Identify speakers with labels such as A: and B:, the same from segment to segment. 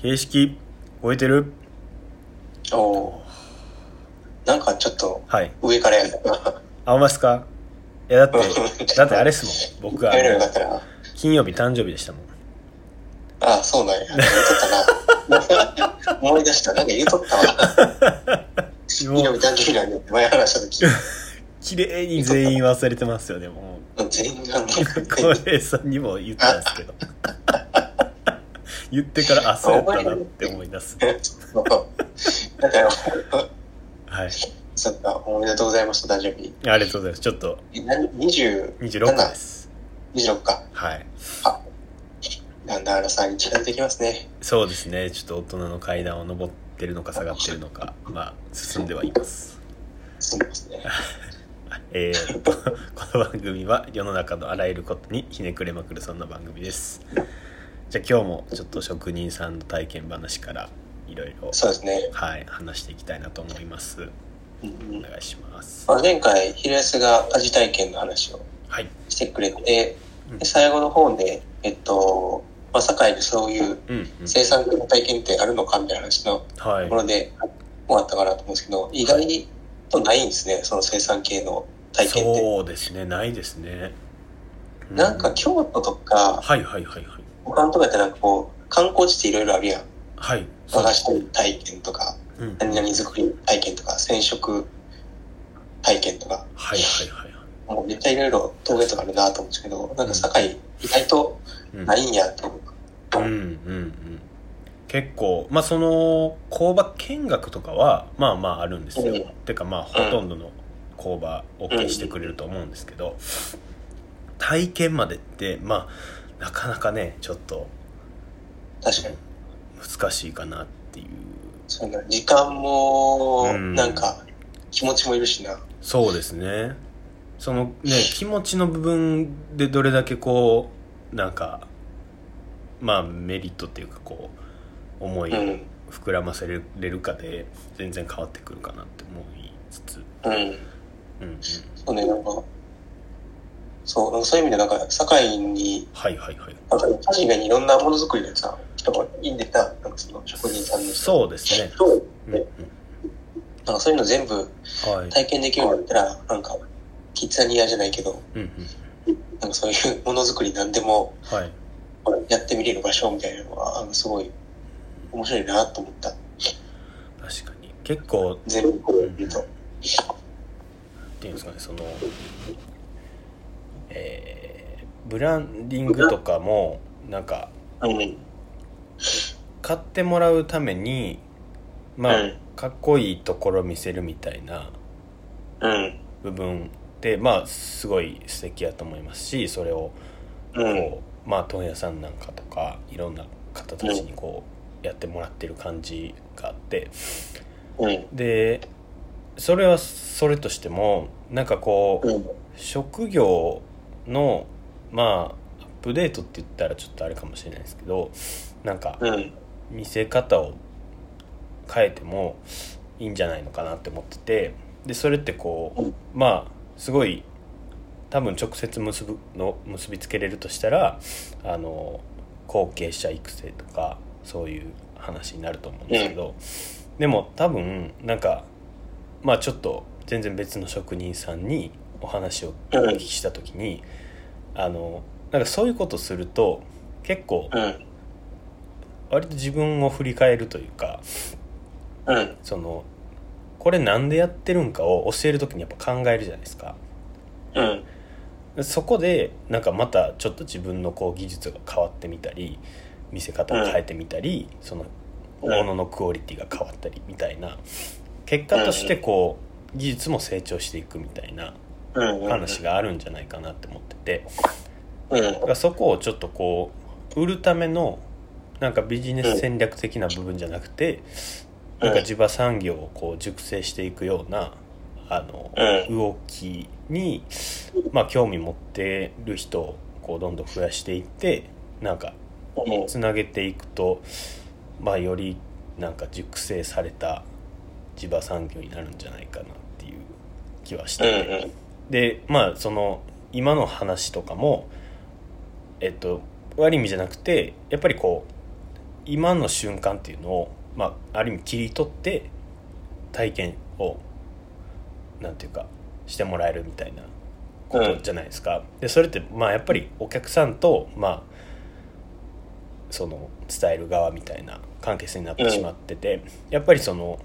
A: 形式終えてる
B: おおー。なんかちょっと、
A: はい
B: 上からやる。
A: あ、おますかいやだってだってあれっすもん僕はあ
B: やればよかっ
A: の
B: たな。
A: 金曜日誕生日でしたもん
B: ああ、そうなんや。言うとったな。思い出した。なんか言うとったわ。
A: もう
B: みなみ誕生日なんで、前話した時、
A: 綺麗に全員忘れてますよねもう
B: 全員がね、
A: 浩平さんにも言ったんですけど言ってからあそうやったなって思い出す
B: そうだから、
A: はい
B: そっか、おめでとうございました、誕生日。
A: ありがとうございますちょっと
B: え何20
A: 26回です
B: 26か。
A: はい
B: だんだんあらさんに近づいてきますね。
A: そうですねちょっと大人の階段を上ってるのか下がってるのかまあ進んではいます
B: そうですね。
A: えーっ とこの番組は世の中のあらゆることにひねくれまくるそんな番組ですじゃあ今日もちょっと職人さんの体験話からいろいろ
B: そうですね。
A: はい話していきたいなと思います
B: うんう
A: お
B: ん
A: 願いします
B: まあ、前回、平安が家事体験の話を
A: はい
B: してくれて、
A: うん
B: で最後の方で、えっと、まあ、堺にそういう
A: うんうん
B: 生産の体験ってあるのかみたいな話の
A: は
B: と
A: い
B: ころで終わったかなと思うんですけど、意外とないんですね、その生産系の体験って。
A: そうですねないですねう
B: なんか京都とか、
A: はいはいはいはい
B: 他のとかってなんかこう、観光地っていろいろあるやん。
A: はい
B: 和菓子店体験とか、
A: うんはい
B: 何々作り体験とか、染色体験とか、
A: はいはいはい
B: もうめっちゃいろいろ峠とかあるなと思うんですけど、なんか堺、意外と
A: うん
B: ないんやと思う。
A: うんうんうん結構まあその工場見学とかはまあまああるんですよ、
B: うん
A: てかまあほとんどの工場 OK してくれると思うんですけど、体験までってまあなかなかねちょっと
B: 確かに。
A: 難しいかなっていう
B: そんな時間も
A: う、ん
B: なんか、気持ちもいるしな。
A: そうですねそのね気持ちの部分でどれだけこうなんかまあメリットっていうかこう思
B: う
A: い
B: ん。う
A: を
B: ん。
A: 膨らませれるかで全然変わってくるかなって思いつつ、うんうん、
B: そうね、なんか、そう、なんかそういう意味でなんか、堺に、
A: はいはいはい
B: なんか、家事以外にいろんなものづくりがさ、人がいいんでた、なんかその職人さんの人
A: そうですね、
B: と、
A: うんうん、
B: なんかそういうの全部
A: はい、
B: 体験できるようになったら、なんか、キッザニアじゃないけど、
A: うんうん、
B: なんかそういうものづくりなんでも
A: はい
B: やってみれる場所みたいなのは、あのすごい面白いなと思った。
A: 確かに結構
B: 全部こう見ると。
A: っていうんですかねそのえーブランディングとかもなんか
B: うん。
A: 買ってもらうためにまあ、
B: うん
A: かっこいいところ見せるみたいな
B: うん。
A: 部分でまあすごい素敵やと思いますしそれを
B: うん。
A: こうまあ問屋さんなんかとかいろんな方たちにこうやってもらってる感じがあって
B: うん。
A: でそれはそれとしてもなんかこう
B: うん。
A: 職業のまあアップデートって言ったらちょっとあれかもしれないですけどなんか
B: うん。
A: 見せ方を変えてもいいんじゃないのかなって思っててでそれってこ
B: うん
A: うまあすごい多分直接結ぶの結びつけれるとしたらあの後継者育成とかそういう話になると思うんですけど、でも多分なんかまあちょっと全然別の職人さんにお話をお聞きした時に、あのなんかそういうことすると結構
B: うん。
A: 割と自分を振り返るというか
B: うん。
A: そのこれなんでやってるんかを教える時にやっぱ考えるじゃないですか
B: うん。
A: そこでなんかまたちょっと自分のこう技術が変わってみたり見せ方を変えてみたり、そのもののクオリティが変わったりみたいな結果としてこう技術も成長していくみたいな
B: うん。
A: 話があるんじゃないかなって思ってて
B: うん。
A: だからそこをちょっとこう売るためのなんかビジネス戦略的な部分じゃなくて、
B: うん
A: なんか地場産業をこう熟成していくようなあの、
B: う
A: 動きに、まあ、興味持ってる人をこうどんどん増やしていってなんか
B: うん。
A: つなげていくと、まあ、よりなんか熟成された地場産業になるんじゃないかなっていう気はしてて。
B: うん。
A: でまあその今の話とかもえっと悪い意味じゃなくてやっぱりこう今の瞬間っていうのを、まあ、ある意味切り取って体験をなんていうかしてもらえるみたいなことじゃないですか。でそれってまあやっぱりお客さんと、まあ、その伝える側みたいな関係性になってしまってて、やっぱりその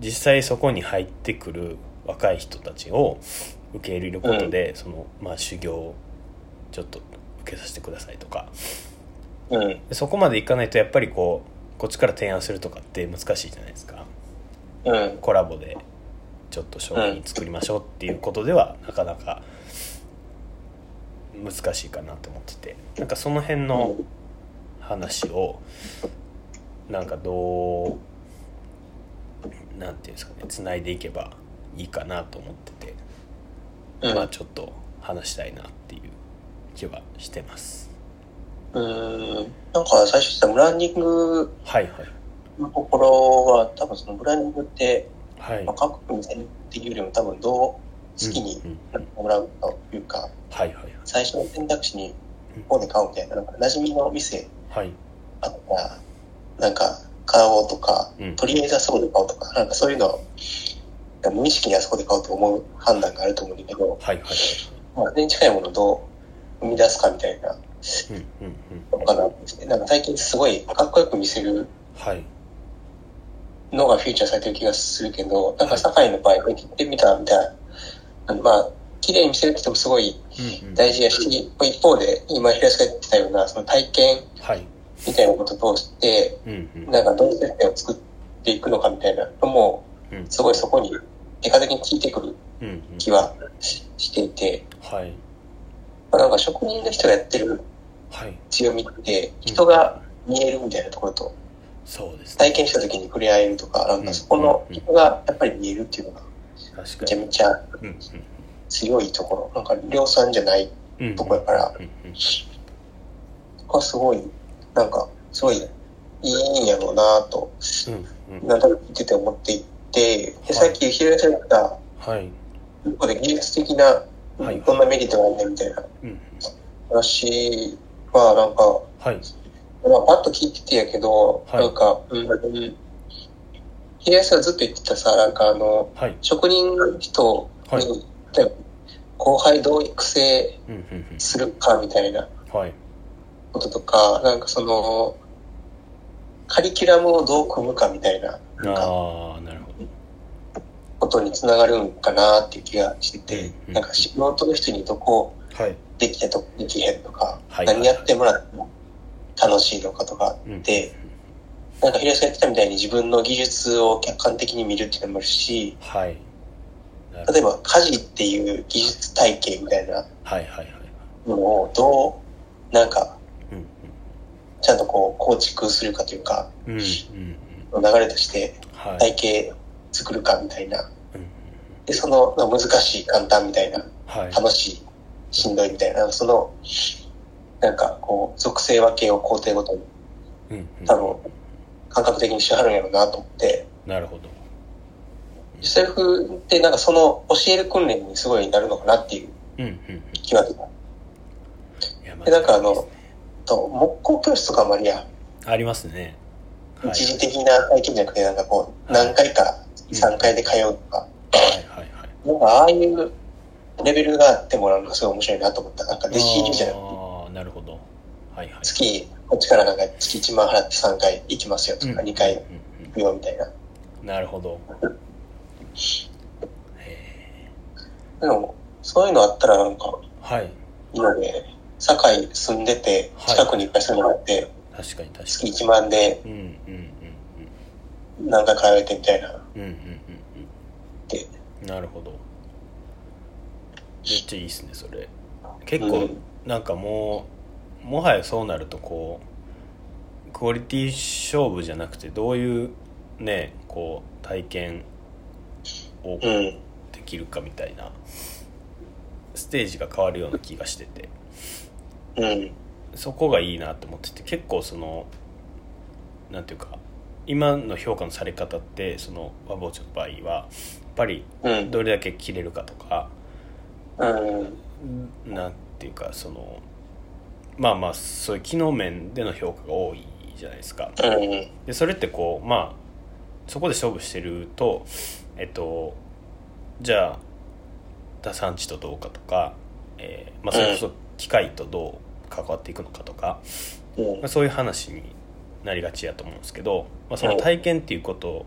A: 実際そこに入ってくる若い人たちを受け入れることで、そのまあ修行をちょっと受けさせてくださいとか
B: うん。
A: でそこまでいかないとやっぱりこうこっちから提案するとかって難しいじゃないですか
B: うん。
A: コラボでちょっと商品作りましょうっていうことではなかなか難しいかなと思っててなんかその辺の話をなんかどうなんていうんですかね繋いでいけばいいかなと思ってて、
B: うん
A: まあちょっと話したいなっていう気はしてます
B: うん。なんか最初言ってたブランディング
A: はいはい
B: のところは、多分そのブランディングって、
A: はい
B: まあ、各国にっていうよりも多分どう好きに
A: うん
B: なってもらうかというか、
A: はいはい
B: 最初の選択肢にこうで買うみたいな、なんか馴染みの店
A: はい
B: あったら、なんか買おうとか、
A: うん
B: とりあえずあそこで買おうとか、なんかそういうの、無意識にあそこで買おうと思う判断があると思うんだけど、
A: はいはいはい
B: まあ、それに近いものをどう生み出すかみたいな
A: うんうんう
B: の
A: ん
B: かなって、なんか最近すごいかっこよく見せる
A: はい
B: のがフューチャーされてる気がするけど、なんか堺の場合、切ってみたみたいな、あのまあ、綺麗に見せるって言ってもすごい
A: うんうん
B: 大事やし、一方で、今平塚が言ってたような、その体験
A: はい
B: みたいなことを通して、
A: うんうん
B: なんかどういう接点を作っていくのかみたいなのも、
A: うん
B: すごいそこに、結果的に効いてくる
A: うんうん
B: 気はしていて、
A: はい
B: まあ、なんか職人の人がやってる
A: はい
B: 強みって、人が見えるみたいなところと、
A: そうです
B: 体験した時に触れ合えるとか、なんかそこの人がやっぱり見えるっていうのが、
A: 確か
B: めちゃ
A: に
B: めちゃ
A: うんうん
B: 強いところ、なんか量産じゃない
A: うんうん
B: とこやから、
A: うんうん
B: こはすごい、なんか、すごいいいんやろうなと、
A: うんうん
B: なんとなく見てて思っていて、
A: はい
B: で、さっき平井さんが言った、
A: はい
B: ここで技術的な、
A: はい
B: どんなメリットがあるねみたいな
A: うんうん
B: 話は、なんか、
A: はい
B: まあ、パッと聞いててやけど、
A: はい
B: なんか、うん、平井さんがずっと言ってたさ、なんかあの、
A: はい
B: 職人の人に、
A: はい
B: 例えば後輩どう育成
A: うんうんうん
B: するかみたいな、
A: はい
B: こととか、なんかその、カリキュラムをどう組むかみたいな
A: ああなるほど
B: ことにつながるんかなっていう気がしてて、
A: うん
B: なんか仕事の人にどこ
A: はい
B: できたとこできへんとか、
A: はい
B: 何やってもらっても楽しいのかとか
A: うん
B: って、なんか平井さん言ってたみたいに自分の技術を客観的に見るっていうのもあるし、
A: はいなるほど
B: 例えば家事っていう技術体系みたいな
A: はいはいはい
B: のをどう、なんか、
A: うん
B: ちゃんとこう構築するかというか、
A: うんうんうんうん
B: 流れとして
A: はい
B: 体系作るかみたいな
A: うんうん
B: で、その、まあ難しい、簡単みたいな、
A: はい
B: 楽しい、しんどいみたいな、その、なんか、こう、属性分けを工程ごとに、
A: うんうん
B: 多分、感覚的にしはるんやろうなと思って、
A: なるほど
B: セルフってなんかその、教える訓練にすごいなるのかなっていう
A: うんうんうん
B: 気はする
A: いや
B: でなんかあの
A: 間違いないですね
B: と、木工教室とかもありや、
A: ありますねはい
B: 一時的な体験じゃなくて、なんかこう、何回か、
A: うん
B: 3回で通うとか、
A: はいはいはい
B: なんかああいうレベルがあってもらうのがすごい面白いなと思った。なんか、弟子入りじゃなくて
A: ああなるほどはいはい
B: 月、こっちからなんか月1万払って3回行きますよと
A: うん
B: か、2回
A: うん
B: 行くよみたいな。
A: うんなるほどへ
B: でも、そういうのあったらなんか、
A: ーはい
B: 今ね、堺住んでて、
A: はい
B: 近くにいっぱい住んでもらって、
A: 確かに確かに
B: 月1万で
A: うんうんうん
B: 何回通えてみたいな。
A: うんうんうんうん
B: で、
A: うんなるほどめっちゃいいっすねそれ結構、
B: うん
A: なんかもうもはやそうなるとこうクオリティ勝負じゃなくてどういうねこう体験を
B: うん。
A: できるかみたいなステージが変わるような気がしてて
B: うん。
A: そこがいいなと思ってて結構そのなんていうか今の評価のされ方ってその和包丁の場合はやっぱり
B: うん。
A: どれだけ切れるかとか
B: うん。
A: なんていうかそのまあまあそういう機能面での評価が多いじゃないですか
B: うん。
A: でそれってこうまあそこで勝負してるとえっとじゃあ打産地とどうかとか、えーまあ、それこそ機械とどう関わっていくのかとか、
B: うん
A: まあ、。そういう話になりがちやと思うんですけど、まあ、その体験っていうこと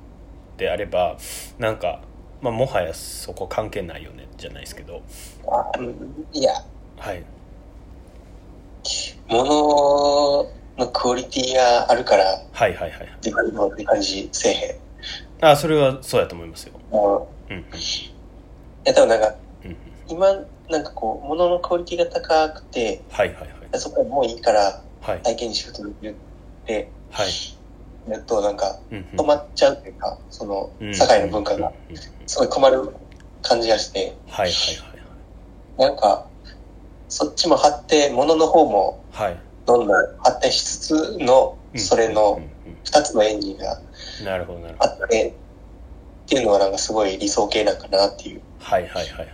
A: であればなんか、まあ、もはやそこ関係ないよねじゃないですけど
B: あうんいや、
A: はい
B: 物のクオリティがあるから、
A: はいはいはいはい
B: でかいものって感じせえへん。
A: あそれはそうやと思いますよ
B: もう
A: うんうん
B: いや、多分なんか、
A: うんうん
B: 今、なんかこう、物のクオリティが高くて、
A: はいはいはい
B: そこはもういいから、
A: はい
B: 体験にシフトできるって、
A: はい
B: やるとなんか、
A: うんうん
B: 止まっちゃうっていうか、その
A: う、ん
B: 堺の文化が、
A: うんうんうん
B: すごい止まる感じがして、
A: はいはい
B: なんか、そっちも発展、物の方も
A: はいはい
B: どんどん発展しつつの、
A: うん
B: それ
A: うん
B: の
A: うんう
B: 二つの演技が
A: んなるほどなるほ
B: あ
A: ど
B: って、っていうのはなんかすごい理想系なんかなっていう。
A: はいはいはいはい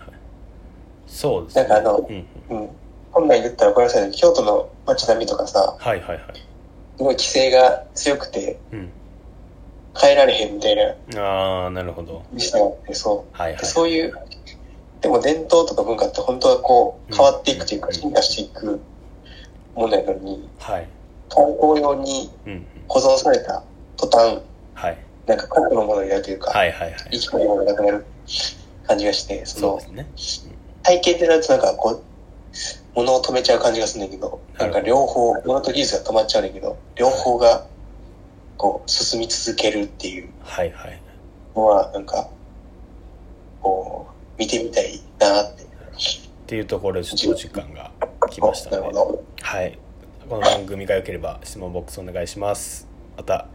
A: そうですね
B: なんかあの
A: うんうん
B: うん。本来言ったらごめんなさいね、京都の街並みとかさ、
A: はいはいはい
B: すごい規制が強くて
A: うん
B: 変えられへんみたいな
A: ああなるほど
B: にしたがあって、そ
A: はいは
B: う。
A: い
B: でそういう、でも伝統とか文化って本当はこう、
A: うん
B: 変わっていくという
A: う
B: か、
A: ん
B: 進化していくものやのに、
A: はい
B: 観光用に
A: うんうん
B: 保存された途端、
A: はい
B: なんか過去のものになるというか、
A: はいはいは
B: 生
A: い
B: き物がなくなる感じがして、そ
A: そう
B: の
A: ですね
B: 体験ってなるとなんかこう、物を止めちゃう感じがするんだけど、
A: な
B: な
A: る
B: ん
A: ほど
B: か両方、物と技術が止まっちゃうんだけど、両方がこう進み続けるっていう
A: はいはい
B: のは、なんか、こう、見てみたいなって。
A: っていうところでちょっとお時間が来ました
B: なるほ
A: ね
B: ど。
A: はいこの番組が良ければ質問ボックスお願いしますまた